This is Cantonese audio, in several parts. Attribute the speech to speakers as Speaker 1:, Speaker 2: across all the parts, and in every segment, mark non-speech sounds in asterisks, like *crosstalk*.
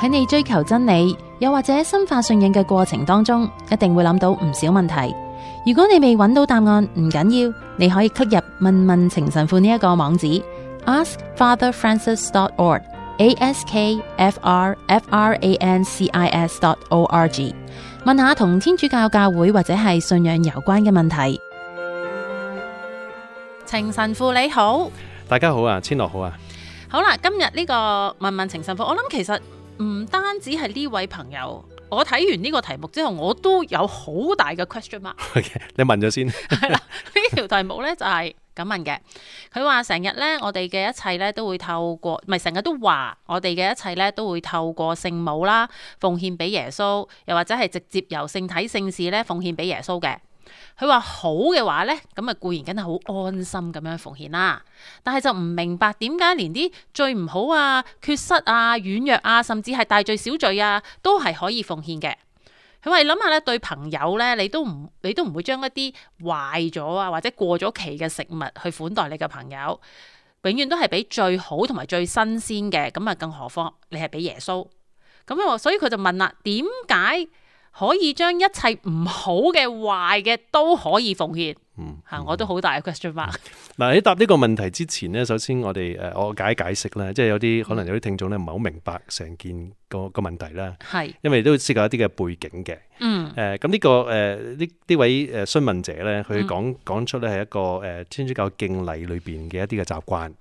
Speaker 1: 喺你追求真理，又或者深化信仰嘅過程當中，一定會諗到唔少問題。如果你未揾到答案，唔緊要，你可以 click 入問問情神父呢一個網址 askfatherfrancis.org，askfrfrancis.org，問下同天主教教會或者係信仰有關嘅問題。情神父你好，
Speaker 2: 大家好啊，千樂好啊， *laughs*
Speaker 1: 好啦，今日呢個問問情神父，我諗其實唔單止係呢位朋友，我睇完呢個題目之後，我都有好大嘅 question mark。
Speaker 2: 你問咗先，
Speaker 1: 係啦，呢條題目咧就係、咁問嘅，佢話成日咧，我哋嘅一切咧都會透過，唔係成日都話我哋嘅一切咧都會透過聖母啦，奉獻俾耶穌，又或者係直接由聖體聖事咧奉獻俾耶穌嘅。佢話好嘅話咧，咁啊固然梗係好安心咁樣奉獻啦，但係就唔明白點解連啲最唔好啊、缺失啊、軟弱啊，甚至係大罪小罪啊，都係可以奉獻嘅。佢話：諗下咧，對朋友咧，你都唔你都唔會將一啲壞咗啊，或者過咗期嘅食物去款待你嘅朋友，永遠都係俾最好同埋最新鮮嘅。咁啊，更何況你係俾耶穌咁啊，所以佢就問啦：點解可以將一切唔好嘅、壞嘅都可以奉獻？
Speaker 2: 嗯，
Speaker 1: 嚇，我都好大嘅 question mark。
Speaker 2: 嗱喺答呢個問題之前呢，首先我哋誒我解解釋啦，即係有啲可能有啲聽眾咧唔係好明白成件個個問題啦，
Speaker 1: *laughs* 係，
Speaker 2: 因為都涉及一啲嘅背景嘅。
Speaker 1: 嗯，
Speaker 2: 誒咁呢個誒呢呢位誒詢問者咧，佢講講出咧係一個誒天主教敬禮裏邊嘅一啲嘅習慣。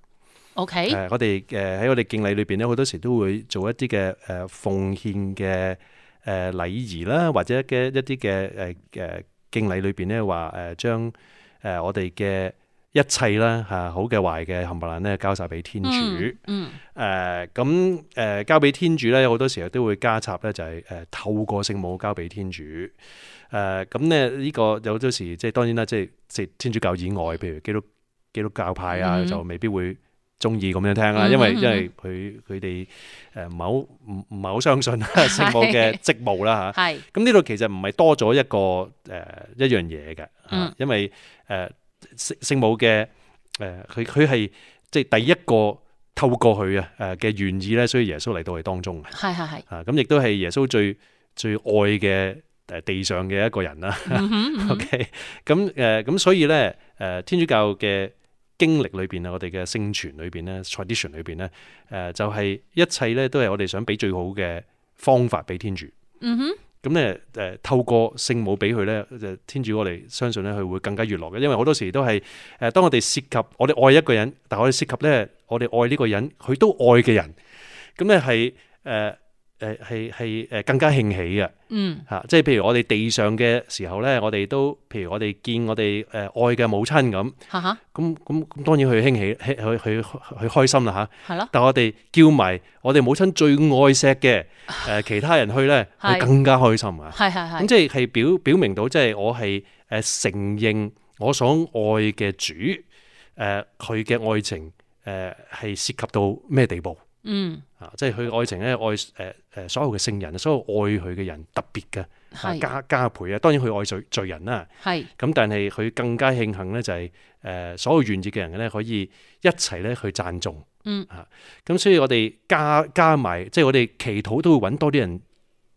Speaker 1: OK，
Speaker 2: 誒我哋誒喺我哋敬禮裏邊咧，好多時都會做一啲嘅誒奉獻嘅誒禮儀啦，或者嘅一啲嘅誒誒敬禮裏邊咧話誒將誒我哋嘅一切啦嚇好嘅壞嘅冚唪唥咧交晒俾天主。
Speaker 1: 嗯嗯，
Speaker 2: 誒呃咁誒交俾天主咧，好多時候都會加插咧，就係、誒、透過聖母交俾天主。誒咁咧呢個有好多時即係當然啦，即係即係天主教以外，譬如基督基督教派啊，
Speaker 1: 嗯
Speaker 2: 就未必會中意咁樣聽啦，因為因為佢佢哋誒唔係好唔唔係好相信啊聖母嘅職務啦嚇。
Speaker 1: 係，
Speaker 2: 咁呢度其實唔係多咗一個誒、呃一樣嘢嘅，
Speaker 1: 嗯
Speaker 2: 啊因為誒聖聖母嘅誒佢佢係即係第一個透過佢啊誒嘅願意咧，所以耶穌嚟到佢當中嘅
Speaker 1: 係係係，
Speaker 2: *laughs* 啊，咁亦都係耶穌最最愛嘅誒地上嘅一個人啦。
Speaker 1: 嗯哼嗯哼
Speaker 2: *laughs* OK，咁誒咁所以咧誒、呃天主教嘅經歷裏邊啊，我哋嘅聖傳裏邊咧，tradition 裏邊咧誒就係、一切咧都係我哋想俾最好嘅方法俾天主。
Speaker 1: 嗯哼，
Speaker 2: 咁咧誒透過聖母俾佢咧，就天主我哋相信咧，佢會更加悅樂嘅，因為好多時都係誒、呃，當我哋涉及我哋愛一個人，但我哋涉及咧，我哋愛呢個人，佢都愛嘅人，咁咧係誒誒係係誒更加興起嘅
Speaker 1: 嗯
Speaker 2: 嚇、即係譬如我哋地上嘅時候咧，我哋都譬如我哋見我哋誒愛嘅母親咁，
Speaker 1: 哈哈，
Speaker 2: 咁咁咁當然佢興起，佢佢佢佢開心啦嚇。
Speaker 1: 係咯，
Speaker 2: 但我哋叫埋我哋母親最愛錫嘅誒其他人去咧，
Speaker 1: 係
Speaker 2: 佢更加開心啊！
Speaker 1: 係係
Speaker 2: 咁
Speaker 1: 係，
Speaker 2: 即係係表表明到，即係我係誒承認我所愛嘅主誒佢嘅愛情誒係涉及到咩地步
Speaker 1: 嗯
Speaker 2: 啊？即係佢愛情咧愛誒誒所有嘅聖人，所有愛佢嘅人特別嘅啊
Speaker 1: 係
Speaker 2: 加加倍啊！當然佢愛罪罪人啦，
Speaker 1: 係，
Speaker 2: 咁但係佢更加慶幸咧就係誒所有願意嘅人咧可以一齊咧去讚頌，
Speaker 1: 嗯
Speaker 2: 啊，咁所以我哋加加埋即係我哋祈禱都會揾多啲人。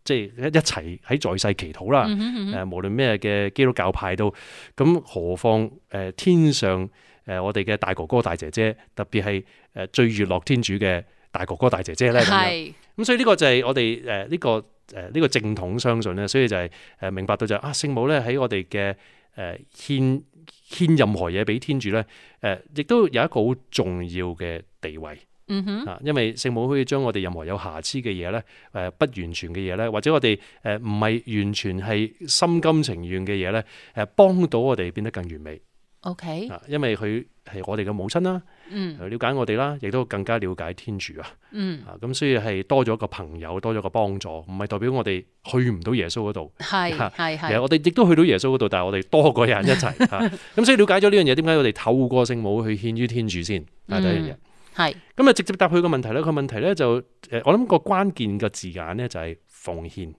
Speaker 2: 即係一一齊喺在世祈禱啦，
Speaker 1: 嗯哼嗯哼，
Speaker 2: 誒無論咩嘅基督教派都，咁何況誒、呃天上誒、呃我哋嘅大哥哥大姐姐，特別係誒最悅樂天主嘅大哥哥大姐姐咧咁樣，
Speaker 1: 係。
Speaker 2: 咁所以呢個就係我哋誒呢個呃誒呢、個正統相信咧，所以就係、誒明白到就係、啊聖母咧喺我哋嘅誒獻獻任何嘢俾天主咧，誒、呃亦都有一個好重要嘅地位。
Speaker 1: 嗯哼，
Speaker 2: 啊，因為聖母可以將我哋任何有瑕疵嘅嘢咧，誒、不完全嘅嘢咧，或者我哋誒唔係完全係心甘情願嘅嘢咧，誒、幫到我哋變得更完美
Speaker 1: OK，Ừ,
Speaker 2: 啊！因為佢係我哋嘅母親啦，
Speaker 1: 嗯
Speaker 2: 佢了解我哋啦，亦都更加了解天主啊！
Speaker 1: 嗯，
Speaker 2: 啊，咁所以係多咗個朋友，多咗個幫助，唔係代表我哋去唔到耶穌嗰度。
Speaker 1: 係係
Speaker 2: 其實
Speaker 1: 係，
Speaker 2: 我哋亦都去到耶穌嗰度，但係我哋多個人一齊啊！咁所以了解咗呢樣嘢，點解我哋透過聖母去獻於天主先？啊，第一樣嘢。
Speaker 1: 係
Speaker 2: 咁啊，直接答佢個問題咧。佢問題咧就誒，呃我諗個關鍵嘅字眼咧就係奉獻呢、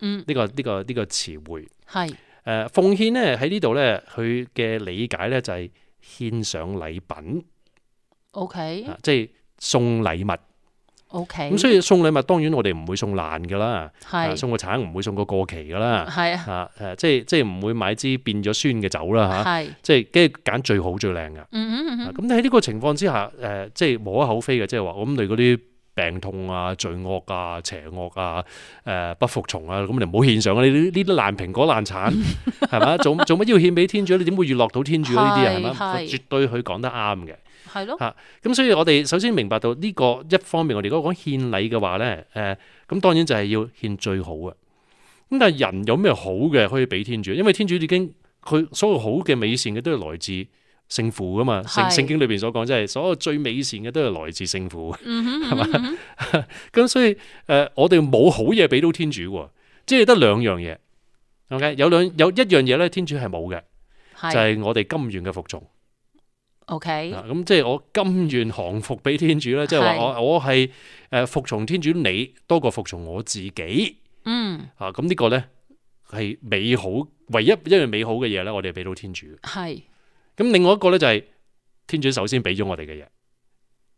Speaker 1: 嗯
Speaker 2: 個呢、個呢、個詞彙。誒、呃
Speaker 1: 係
Speaker 2: 奉獻咧喺呢度咧，佢嘅理解咧就係獻上禮品，
Speaker 1: OK
Speaker 2: Dạ. 啊即係送禮物。
Speaker 1: O K，
Speaker 2: 咁所以送禮物當然我哋唔會送爛噶啦，啊
Speaker 1: 係
Speaker 2: 送個橙唔會送個過期噶啦，
Speaker 1: 係啊，
Speaker 2: 啊誒即係即係唔會買支變咗酸嘅酒啦嚇，
Speaker 1: 係，
Speaker 2: 即係跟住揀最好最靚噶。
Speaker 1: 嗯嗯嗯
Speaker 2: 啊
Speaker 1: 嗯，
Speaker 2: 咁喺呢個情況之下，誒、即係無可厚非嘅，即係話咁你嗰啲病痛啊、罪惡啊、邪惡啊、誒、不服從啊，咁你唔好獻上啊！你呢呢啲爛蘋果爛橙
Speaker 1: *laughs*
Speaker 2: 係嘛？做做乜要獻俾天主？你點會娛樂到天主啊呢啲啊？係嘛？
Speaker 1: 係係
Speaker 2: 絕對佢講得啱嘅。
Speaker 1: 係咯，
Speaker 2: 咁所以我哋首先明白到呢、個一方面，我哋如果講獻禮嘅話咧，誒、咁當然就係要獻最好嘅。咁但係人有咩好嘅可以俾天主？因為天主已經佢所有好嘅美善嘅都係來自聖父啊噶嘛。聖
Speaker 1: 係
Speaker 2: 聖經裏邊所講即係所有最美善嘅都係來自聖父。
Speaker 1: 嗯哼嗯哼嗯哼
Speaker 2: 咁所以誒、呃我哋冇好嘢俾到天主喎，即係得兩樣嘢。OK，有兩有一樣嘢咧，天主係冇嘅，就
Speaker 1: 係
Speaker 2: 係、我哋甘願嘅服從。
Speaker 1: O K，
Speaker 2: 啊咁即係我甘願降服俾天主咧，即係話
Speaker 1: 係
Speaker 2: 我我係誒服從天主你多過服從我自己
Speaker 1: 嗯
Speaker 2: 啊！咁呢個咧係美好唯一一樣美好嘅嘢咧，我哋俾到天主。
Speaker 1: 係
Speaker 2: 咁另外一個咧就係天主首先俾咗我哋嘅嘢，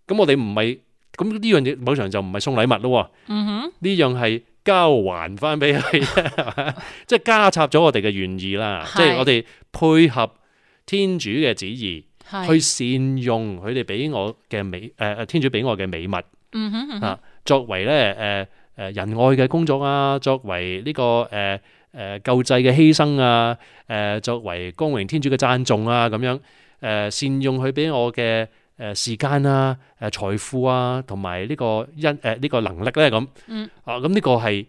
Speaker 2: 咁我哋唔係咁呢樣嘢，某程度就唔係送禮物咯
Speaker 1: 嗯哼
Speaker 2: 喎，呢樣係交還翻俾佢，係嘛即係加插咗我哋嘅願意啦，
Speaker 1: 係
Speaker 2: 即係我哋配合天主嘅旨意。去
Speaker 1: 係，
Speaker 2: 善用佢哋俾我嘅美誒、呃、天主俾我嘅美物，
Speaker 1: 嗯哼嗯
Speaker 2: 啊
Speaker 1: 哼
Speaker 2: 作為咧誒誒仁愛嘅工作啊，作為呢、個誒誒、呃救濟嘅犧牲啊，誒、作為光榮天主嘅讚頌啊，咁樣誒、呃善用佢俾我嘅誒時間啊、誒財富啊，同埋呢個因誒呢個能力咧咁，
Speaker 1: 嗯
Speaker 2: 啊咁呢個係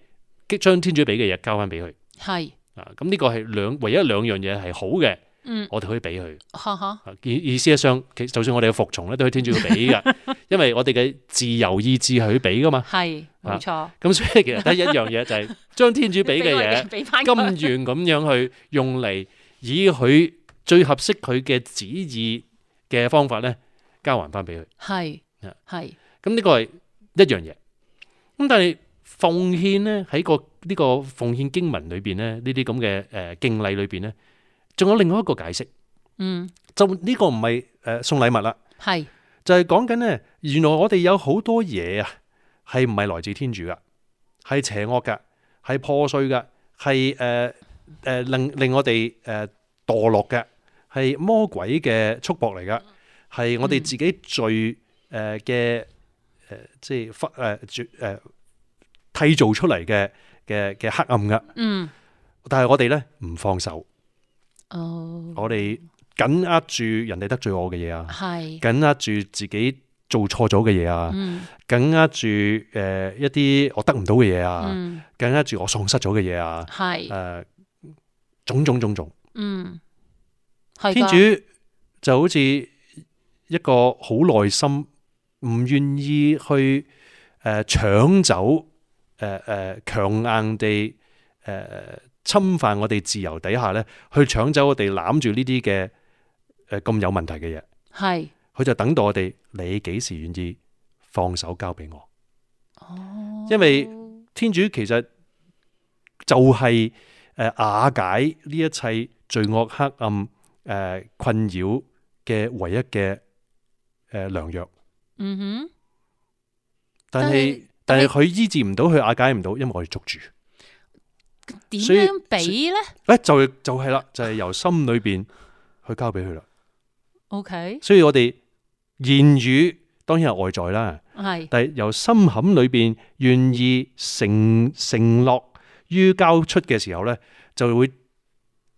Speaker 2: 激將天主俾嘅嘢交翻俾佢
Speaker 1: 係，
Speaker 2: 啊，咁呢個係兩唯一兩樣嘢係好嘅，
Speaker 1: 嗯
Speaker 2: 我哋可以俾佢。
Speaker 1: 哈哈，
Speaker 2: 啊意意思係上，其就算我哋嘅服從咧，都係天主要俾噶，因為我哋嘅自由意志係佢俾噶嘛。
Speaker 1: 係
Speaker 2: 啊
Speaker 1: 冇錯，
Speaker 2: 咁所以其實得一樣嘢就係將天主俾嘅
Speaker 1: 我
Speaker 2: 嘢，
Speaker 1: 俾翻
Speaker 2: 甘願咁樣去用嚟，以佢最合適佢嘅旨意嘅方法咧，交還翻俾佢。
Speaker 1: 係
Speaker 2: 啊
Speaker 1: 係
Speaker 2: 咁呢個係一樣嘢。咁但係奉獻咧喺個呢個奉獻經文裏邊咧，呢啲咁嘅誒敬禮裏邊咧，仲有另外一個解釋，
Speaker 1: 嗯
Speaker 2: 就呢個唔係誒送禮物啦。
Speaker 1: 係
Speaker 2: 就係講緊呢，原來我哋有好多嘢啊，係唔係來自天主噶，係邪惡噶，係破碎噶，係誒誒令令我哋誒、呃墮落嘅，係魔鬼嘅束縛嚟噶，係我哋自己罪誒嘅誒即係忽誒絕誒締造出嚟嘅嘅嘅黑暗噶，
Speaker 1: 嗯
Speaker 2: 但係我哋咧唔放手，
Speaker 1: 哦
Speaker 2: 我哋緊握住人哋得罪我嘅嘢啊，
Speaker 1: 係
Speaker 2: 緊握住自己做錯咗嘅嘢啊。
Speaker 1: 嗯
Speaker 2: 緊握住誒、呃一啲我得唔到嘅嘢啊，
Speaker 1: 嗯
Speaker 2: 緊握住我喪失咗嘅嘢啊，誒、
Speaker 1: 係
Speaker 2: 種種種種，
Speaker 1: 嗯係
Speaker 2: 天
Speaker 1: 㗎
Speaker 2: 主就好似一個好耐心，唔願意去誒、呃、搶走誒誒強硬地誒、呃侵犯我哋自由底下咧，去搶走我哋攬住呢啲嘅誒咁有問題嘅嘢，
Speaker 1: 係
Speaker 2: 佢就等到我哋你幾時願意放手交俾我？
Speaker 1: 哦，
Speaker 2: 因為天主其實就係誒瓦解呢一切罪惡黑暗誒、呃困擾嘅唯一嘅誒良藥，
Speaker 1: 嗯哼。
Speaker 2: 但係但
Speaker 1: 但係
Speaker 2: 係佢醫治唔到，佢瓦解唔到，因為我哋捉住。
Speaker 1: 點
Speaker 2: 所以
Speaker 1: 樣俾咧
Speaker 2: 咧就係就係啦，就係、由心裏邊去交俾佢啦。
Speaker 1: ？O K，
Speaker 2: 所以我哋言語當然係外在啦，
Speaker 1: 係
Speaker 2: 但係由心坎裏邊願意承承諾於交出嘅時候咧，就會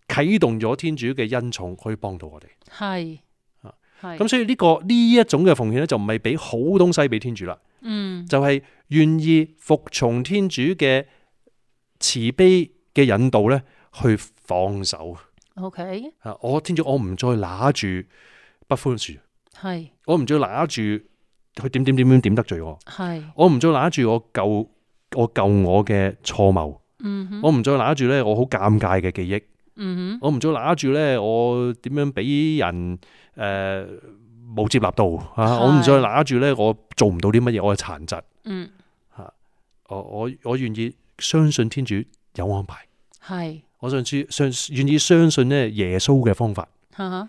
Speaker 2: 啟動咗天主嘅恩寵，可以幫到我哋。
Speaker 1: 係
Speaker 2: 啊
Speaker 1: 係
Speaker 2: 咁所以呢、個呢一種嘅奉獻咧，就唔係俾好東西俾天主啦，
Speaker 1: 嗯
Speaker 2: 就係、願意服從天主嘅慈悲嘅引導咧，去放手
Speaker 1: O K
Speaker 2: 啊！我天主，我唔再揦住不寬恕，
Speaker 1: 係
Speaker 2: 我唔再揦住佢點點點點點得罪我。
Speaker 1: 係
Speaker 2: 我唔再揦住我舊我舊我嘅錯謬，
Speaker 1: 嗯哼
Speaker 2: 我唔再揦住咧我好尷尬嘅記憶，
Speaker 1: 嗯哼
Speaker 2: 我唔再揦住咧我點樣俾人誒冇、接納到啊！
Speaker 1: 係
Speaker 2: 我唔再揦住咧我做唔到啲乜嘢，我係殘疾，
Speaker 1: 嗯
Speaker 2: 我我我願意相信天主有安排，
Speaker 1: 係
Speaker 2: 我上次相願意相信咧耶穌嘅方法，
Speaker 1: 哈哈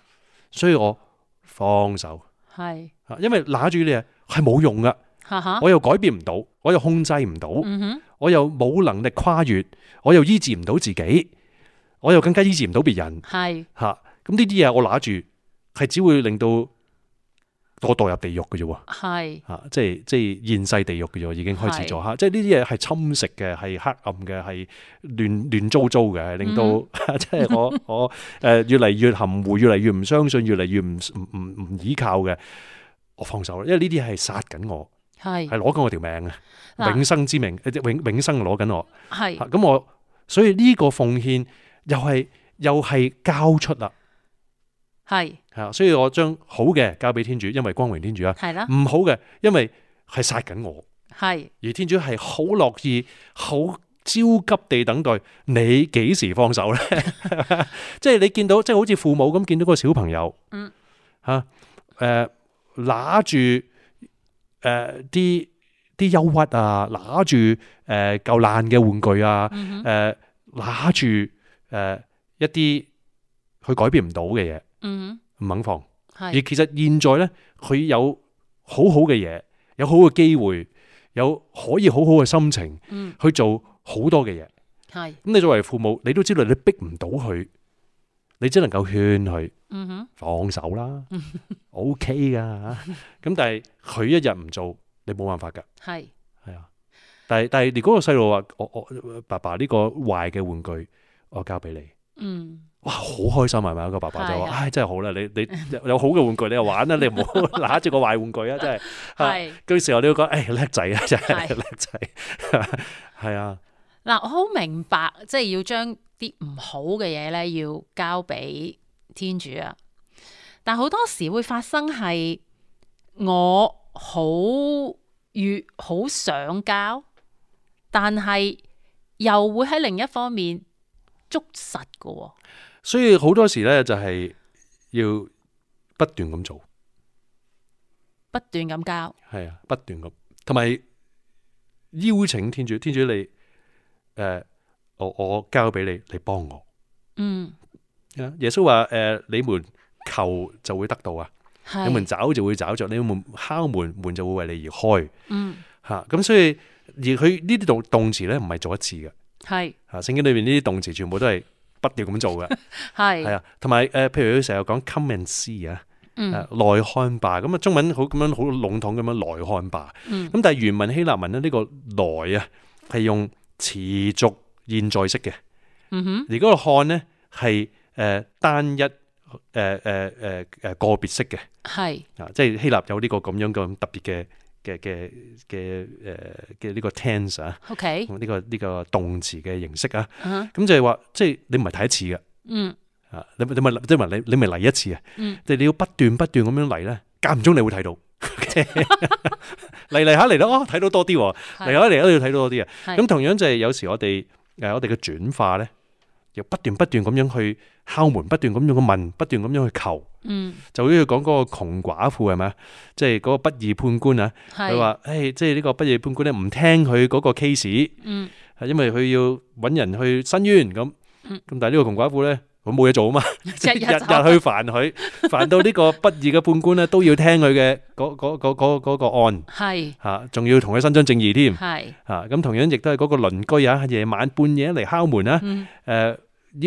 Speaker 2: 所以我放手
Speaker 1: 係
Speaker 2: 啊，因為揦住呢嘢係冇用噶，
Speaker 1: 哈哈，
Speaker 2: 我又改變唔到，我又控制唔到，
Speaker 1: 嗯哼，
Speaker 2: 我又冇能力跨越，我又醫治唔到自己，我又更加醫治唔到別人
Speaker 1: 係
Speaker 2: 吓。咁呢啲嘢我拿住，係只會令到我墮入地獄嘅啫喎。
Speaker 1: 係
Speaker 2: 啊，即係即係現世地獄嘅啫喎，已經開始咗嚇，即係呢啲嘢係侵蝕嘅，係黑暗嘅，係亂亂糟糟嘅，係令到、 *laughs* 即係我我誒、呃越嚟越含糊，越嚟越唔相信，越嚟越唔唔唔唔依靠嘅，我放手啦，因為呢啲係殺緊我，
Speaker 1: 係
Speaker 2: 係攞緊我條命啊，
Speaker 1: 嗱
Speaker 2: 永生之命，呃永永生攞緊我，
Speaker 1: 係
Speaker 2: 嚇咁我所以呢個奉獻又係又係交出啦，
Speaker 1: 係
Speaker 2: 嚇，所以我將好嘅交俾天主，因為光榮天主啊，
Speaker 1: 係啦，
Speaker 2: 唔好嘅因為係殺緊我。
Speaker 1: 係
Speaker 2: 而天主係好樂意、好焦急地等待你幾時放手咧？ *laughs* 即係你見到，即係好似父母咁見到個小朋友，
Speaker 1: 嗯
Speaker 2: 嚇誒揦住誒啲啲憂鬱啊，揦住誒嚿爛嘅玩具啊，
Speaker 1: 嗯哼，
Speaker 2: 誒揦住誒一啲佢改變唔到嘅嘢，
Speaker 1: 嗯
Speaker 2: 唔肯放。
Speaker 1: 哼，
Speaker 2: 而
Speaker 1: 係
Speaker 2: 其實現在咧，佢有好好嘅嘢，有好嘅機會，有可以好好嘅心情
Speaker 1: 嗯
Speaker 2: 去做好多嘅嘢。
Speaker 1: 係
Speaker 2: 咁你作為父母，你都知道你逼唔到佢，你只能夠勸佢
Speaker 1: 嗯哼
Speaker 2: 放手
Speaker 1: *laughs*
Speaker 2: 啦，OK 噶。咁但係佢一日唔做，你冇辦法㗎，
Speaker 1: 係
Speaker 2: 係啊。但係但係，如果個細路話我我爸爸呢個壞嘅玩具，我交俾你。
Speaker 1: 嗯
Speaker 2: 哇，好開心係咪？個爸爸就
Speaker 1: 係
Speaker 2: 話：，
Speaker 1: 啊
Speaker 2: 唉，真係好啦，你你 *laughs* 有有好嘅玩具你就玩啦，你唔好
Speaker 1: *laughs*
Speaker 2: 揦住個壞玩具啊！真係，啊
Speaker 1: 係。
Speaker 2: 嗰時候你會覺得，唉，叻仔啊，真係
Speaker 1: 係
Speaker 2: *laughs* 叻仔，係啊，
Speaker 1: 嗱，我好明白，即係要將啲唔好嘅嘢咧，要交俾天主啊。但好多時會發生係我好越好想交，但係又會喺另一方面捉實嘅喎、
Speaker 2: 所以好多時咧就係要不斷咁做，
Speaker 1: 不斷咁交。
Speaker 2: 係啊，不斷咁，同埋邀請天主，天主你，誒，我我交俾你，你幫我。啊
Speaker 1: 嗯，
Speaker 2: 耶穌話：，誒，你們求就會得到啊，你們
Speaker 1: 係，
Speaker 2: 找就會找着，你們敲門，門就會為你而開。
Speaker 1: 嗯，
Speaker 2: 吓，咁所以而佢呢啲動動詞咧唔係做一次嘅，
Speaker 1: 係，
Speaker 2: 吓聖經裏邊呢啲動詞全部都係不斷咁做嘅，係
Speaker 1: *laughs* 係，
Speaker 2: 啊，同埋誒，譬如佢成日講 come and see 啊，
Speaker 1: 嗯，
Speaker 2: 誒內看吧，咁啊中文好咁樣好籠統咁樣內看吧，
Speaker 1: 嗯，
Speaker 2: 咁但係原文希臘文咧呢個來啊係用持續現在式嘅，
Speaker 1: 嗯哼，
Speaker 2: 而嗰個看咧係誒單一誒呃誒誒誒呃個別式嘅。
Speaker 1: 係，
Speaker 2: 啊，即係希臘有呢個咁樣咁特別嘅嘅嘅嘅誒嘅呢個 tense 啊，
Speaker 1: OK，
Speaker 2: 呢、個呢、個動詞嘅形式啊，
Speaker 1: 嗯
Speaker 2: 咁就係話即係你唔係睇一次嘅，
Speaker 1: 嗯，
Speaker 2: 啊，你你咪即係話你你咪嚟一次啊，
Speaker 1: 嗯
Speaker 2: 即係你要不斷不斷咁樣嚟咧，間唔中你會睇到。 *laughs* 嚟嚟下嚟到哦，睇到多啲喎，嚟
Speaker 1: 係，
Speaker 2: 下嚟下都要睇到多啲啊。
Speaker 1: 係
Speaker 2: 咁同樣就係有時我哋誒我哋嘅轉化咧，又不斷不斷咁樣去敲門，不斷咁樣去問，不斷咁樣去求，
Speaker 1: 嗯，
Speaker 2: 就好似講嗰個窮寡婦係咪啊？即係嗰個不義判官啊，佢
Speaker 1: 係，
Speaker 2: 話：，誒，即係呢個不義判官咧，唔聽佢嗰個 case，
Speaker 1: 嗯，
Speaker 2: 係因為佢要揾人去申冤咁。
Speaker 1: 嗯
Speaker 2: 咁但係呢個窮寡婦咧，佢冇嘢做啊嘛，
Speaker 1: *laughs* 日
Speaker 2: *laughs* 即係日
Speaker 1: 日就
Speaker 2: 日去煩佢，煩到呢個不義嘅判官咧都要聽佢嘅嗰嗰嗰嗰嗰個案
Speaker 1: 係，
Speaker 2: 嚇，仲要同佢伸張正義添
Speaker 1: 係，
Speaker 2: 嚇。啊咁同樣亦都係嗰個鄰居啊，夜晚半夜嚟敲門啊，
Speaker 1: 嗯，
Speaker 2: 誒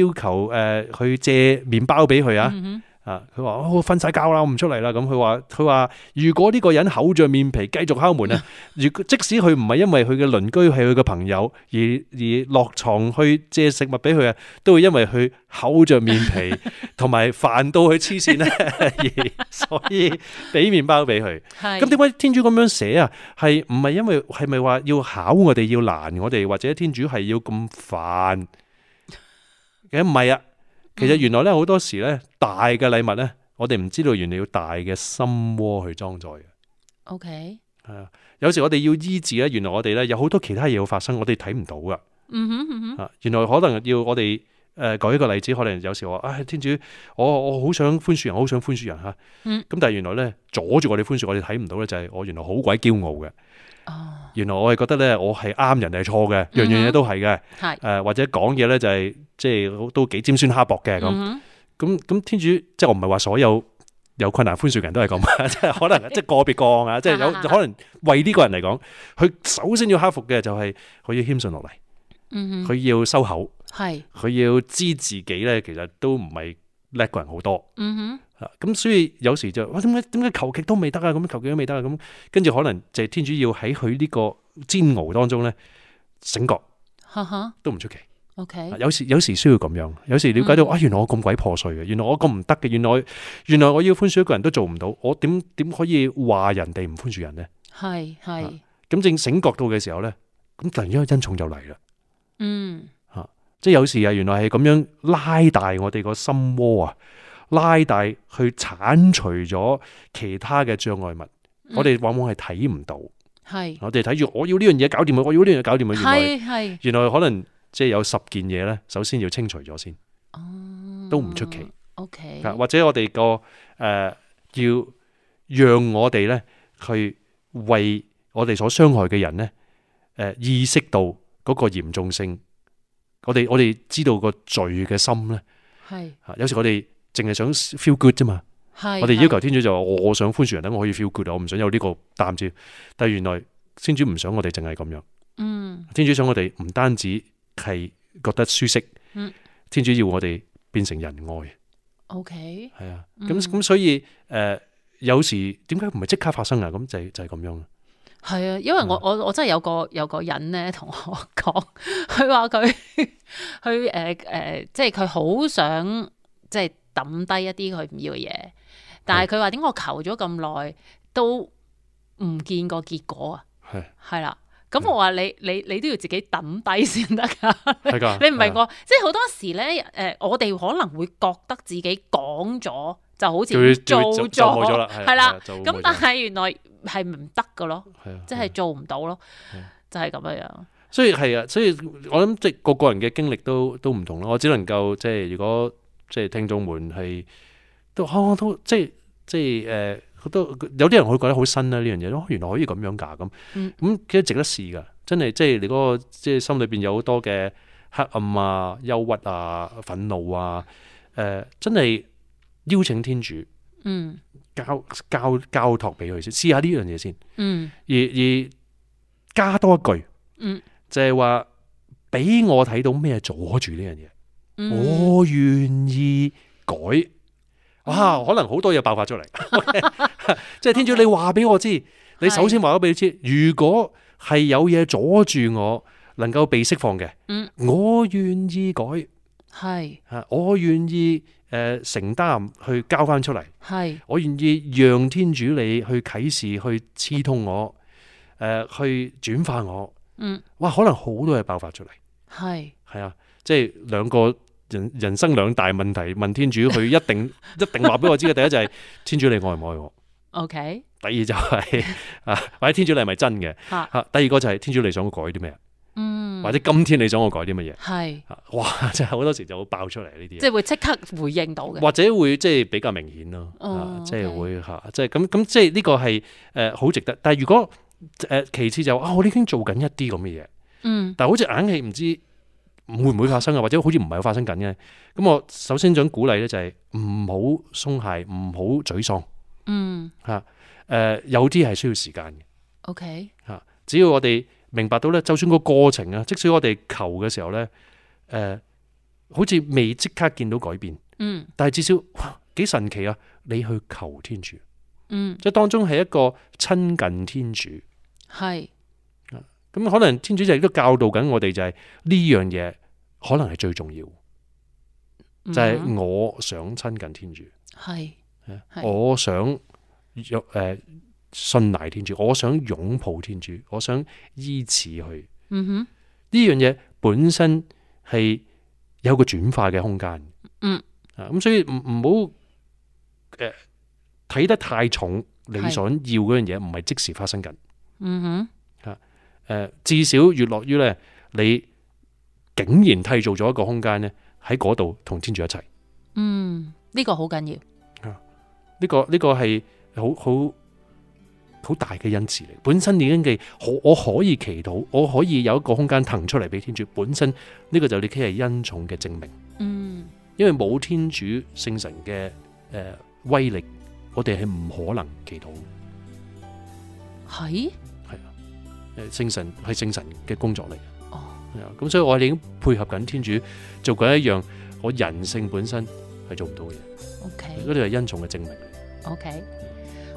Speaker 2: 要求誒去借麵包俾佢啊。
Speaker 1: 嗯哼。
Speaker 2: 啊！佢話：哦我瞓晒覺啦，我唔出嚟啦。咁佢話：佢話如果呢個人厚着面皮繼續敲
Speaker 1: *laughs*
Speaker 2: 門啊，如果即使佢唔係因為佢嘅鄰居係佢嘅朋友而而落床去借食物俾佢啊，都會因為佢厚着面
Speaker 1: *laughs*
Speaker 2: 皮同埋煩到佢黐線咧，啊而所以俾麵包俾佢。
Speaker 1: 係
Speaker 2: 咁點解天主咁樣寫啊？係唔係因為係咪話要考我哋要難我哋，或者天主係要咁煩？其實唔係啊，其
Speaker 1: 嗯
Speaker 2: 實原來咧好多時咧大嘅禮物咧，我哋唔知道原來要大嘅心窩去裝載嘅。
Speaker 1: ？OK，
Speaker 2: 係啊，有時我哋要醫治咧，啊原來我哋咧有好多其他嘢會發生，我哋睇唔到噶。
Speaker 1: 嗯哼嗯哼，
Speaker 2: 啊，原來可能要我哋誒舉一個例子，可能有時話，唉、天主，我我好想寬恕人，我好想寬恕人嚇。
Speaker 1: 嗯
Speaker 2: 咁但係原來咧，阻住我哋寬恕，我哋睇唔到咧，就係我原來好鬼驕傲嘅。
Speaker 1: 哦，
Speaker 2: 原來我係覺得咧，我係啱，人哋係錯嘅，樣樣嘢都係嘅。誒、
Speaker 1: 係
Speaker 2: 或者講嘢咧
Speaker 1: 嗯
Speaker 2: 就係、即係都幾尖酸刻薄嘅咁。
Speaker 1: 咁
Speaker 2: 咁咁、天主即係我唔係話所有有困難寬恕嘅人都係咁， *laughs* 即係可能即係個別個案啊，即係有可能為呢個人嚟講，佢首先要克服嘅就係佢要謙信落嚟，
Speaker 1: 嗯哼，
Speaker 2: 佢要收口，
Speaker 1: 係，
Speaker 2: 佢要知自己咧其實都唔係叻過人好多。
Speaker 1: 嗯
Speaker 2: 啊咁所以有時就哇點解點解求極都未得啊？咁求極都未得啊？咁跟住可能就係天主要喺佢呢個煎熬當中咧醒覺
Speaker 1: 哼，哈哈
Speaker 2: 都唔出奇。啊
Speaker 1: ，OK，
Speaker 2: 有時有時需要咁樣，有時了解到、
Speaker 1: 嗯
Speaker 2: 啊，原來我咁鬼破碎嘅，原來我咁唔得嘅，原來原來我要寬恕一個人都做唔到，我點點可以話人哋唔寬恕人呢？
Speaker 1: 係係，
Speaker 2: 咁正醒覺到嘅時候咧，咁突然之間恩寵就嚟啦。
Speaker 1: 嗯，
Speaker 2: 即係有時啊，原來係咁樣拉大我哋個心窩啊，拉大去剷除咗其他嘅障礙物。
Speaker 1: 嗯
Speaker 2: 我哋往往係睇唔到，
Speaker 1: 係
Speaker 2: 我哋睇住我要呢樣嘢搞掂佢，我要啊呢樣嘢搞掂佢。原來
Speaker 1: 係係，
Speaker 2: 原來可能即係有十件嘢咧，首先要清除咗先，
Speaker 1: 哦，
Speaker 2: 都唔出奇。
Speaker 1: ，OK，
Speaker 2: 啊或者我哋個誒要讓我哋咧去為我哋所傷害嘅人咧誒、呃意識到嗰個嚴重性，我哋我哋知道個罪嘅心咧
Speaker 1: 係
Speaker 2: 啊，有時我哋淨係想 feel good 啫嘛，
Speaker 1: 係，啊
Speaker 2: 我哋要
Speaker 1: 係
Speaker 2: 求天主就話我我想寬恕人，等我可以 feel good 啊，我唔想有呢個擔子，但係原來天主唔想我哋淨係咁樣。
Speaker 1: 嗯
Speaker 2: 天主想我哋唔單止係覺得舒適，
Speaker 1: 嗯
Speaker 2: 天主要我哋變成仁愛，
Speaker 1: ，OK，
Speaker 2: 係啊，
Speaker 1: 嗯
Speaker 2: 咁咁、所以誒、呃有時點解唔係即刻發生啊？咁就係就係咁樣啦，
Speaker 1: 係啊，因為我我我真係有個有個人咧同我 *laughs* 講，佢話佢佢誒誒，即係佢好想即係抌低一啲佢唔要嘅嘢，但係佢話點解我求咗咁耐都唔見個結果啊？
Speaker 2: 係
Speaker 1: 係啦，咁
Speaker 2: 嗯
Speaker 1: 我話你你你都要自己抌低先得㗎。
Speaker 2: 係㗎。
Speaker 1: *laughs* 你唔明
Speaker 2: 係啊
Speaker 1: 我，即係好多時咧，誒、我哋可能會覺得自己講咗就好
Speaker 2: 就會
Speaker 1: 似
Speaker 2: 就
Speaker 1: 做
Speaker 2: 會就就冇咗啦，係啊
Speaker 1: 係啦，，
Speaker 2: 就冇
Speaker 1: 咁
Speaker 2: 咗
Speaker 1: 但係原來係唔得噶咯，
Speaker 2: 係啊
Speaker 1: 即係做唔到咯
Speaker 2: 係，
Speaker 1: 就係咁樣樣。
Speaker 2: 所以係啊，所以我諗即係個個人嘅經歷都都唔同咯。我只能夠即係如果即係聽眾們係都啊我都即係即係誒，好多有啲人會覺得好新啦呢樣嘢，哦原來可以咁樣㗎咁，咁、
Speaker 1: 嗯
Speaker 2: 其實值得試㗎，真係即係你嗰、個即係心裏邊有好多嘅黑暗啊、憂鬱啊、憤怒啊，誒、真係邀請天主
Speaker 1: 嗯
Speaker 2: 交交交託俾佢先，試下呢樣嘢先。
Speaker 1: 嗯
Speaker 2: 而而加多一句，
Speaker 1: 嗯，
Speaker 2: 就係話俾我睇到咩阻住呢樣嘢，
Speaker 1: 嗯，
Speaker 2: 我願意改。哇，可能好多嘢爆發出嚟， *laughs* 即係天主，你話俾我知，你首先話咗俾你知，如果係有嘢阻住我能夠被釋放嘅，
Speaker 1: 嗯
Speaker 2: 我願意改
Speaker 1: 係
Speaker 2: 啊，我願意誒、呃承擔去交翻出嚟。
Speaker 1: 係
Speaker 2: 我願意讓天主你去啟示、去刺痛我，誒、去轉化我。
Speaker 1: 嗯
Speaker 2: 哇，可能好多嘢爆發出嚟，
Speaker 1: 係
Speaker 2: 係啊，即係兩個人人生兩大問題，問天主佢一定 *laughs* 一定話俾我知嘅。第一就係、天主你愛唔愛我，
Speaker 1: OK
Speaker 2: 第二就係、 *laughs* 啊，或者天主你係咪真嘅？
Speaker 1: 嚇，
Speaker 2: 嚇，第二個就係天主你想我改啲咩，
Speaker 1: 嗯
Speaker 2: 或者今天你想我改啲乜嘢？
Speaker 1: 係
Speaker 2: 啊哇！真係好多時就會爆出嚟呢啲嘢
Speaker 1: 即。係會即刻回應到嘅，
Speaker 2: 或者會即係比較明顯咯，
Speaker 1: 哦
Speaker 2: 啊即係
Speaker 1: OK
Speaker 2: 會嚇，即係咁咁，即係呢個係誒好值得。但係如果誒、呃其次就啊，我已經做緊一啲咁嘅嘢，
Speaker 1: 嗯
Speaker 2: 但係好似硬係唔知會唔會發生啊，或者好似唔係發生緊嘅。咁我首先想鼓勵咧，就係唔好鬆懈，唔好沮喪。誒、
Speaker 1: 嗯
Speaker 2: 有啲係需要時間嘅
Speaker 1: OK
Speaker 2: 嚇、只要我哋明白到咧，就算個過程啊，即使我哋求嘅時候咧，誒、好似未即刻見到改變。
Speaker 1: 嗯
Speaker 2: 但係至少哇幾神奇啊！你去求天主，
Speaker 1: 嗯
Speaker 2: 即係當中係一個親近天主。
Speaker 1: 係
Speaker 2: 咁可能天主就亦都教導緊我哋，就係呢樣嘢可能係最重要，
Speaker 1: 就
Speaker 2: 就係、嗯我想親近天主，
Speaker 1: 嗯係係
Speaker 2: 我想誒、呃信賴天主，我想擁抱天主，我想依此去。
Speaker 1: 嗯哼。
Speaker 2: 呢樣嘢本身係有個轉化嘅空間。
Speaker 1: 嗯，
Speaker 2: 啊，咁所以唔唔好誒睇得太重你
Speaker 1: 係
Speaker 2: 想要嗰樣嘢，唔係即時發生緊。誒、呃
Speaker 1: 嗯
Speaker 2: 至少越落於咧，你竟然締造咗一個空間咧，喺嗰度同天主一齊。呢、
Speaker 1: 哼，嗯，呢、個好緊要，
Speaker 2: 個呢、個係好好好大嘅恩賜嚟。本身已經嘅可我可以祈禱，我可以有一個空間騰出嚟俾天主。本身呢、個就你其係恩寵嘅證明。
Speaker 1: 嗯
Speaker 2: 因為冇天主聖神嘅誒、呃威力，我哋係唔可能祈禱。
Speaker 1: 係
Speaker 2: 誒呃聖神係聖神嘅工作嚟
Speaker 1: 哦
Speaker 2: 嘅，係啊咁所以我哋已經配合緊天主做緊一樣我人性本身係做唔到嘅嘢，
Speaker 1: OK
Speaker 2: 嗰啲係恩寵嘅證明嚟。
Speaker 1: OK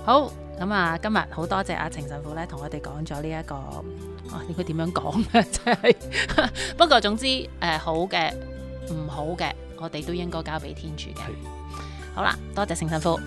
Speaker 1: 好咁啊！今日好多謝阿程神父咧，同我哋講咗呢一個，啊應該點樣講咧？即係 *laughs* 不過總之誒、呃好嘅、唔好嘅，我哋都應該交俾天主嘅
Speaker 2: 係。
Speaker 1: 好啦，多謝程神父，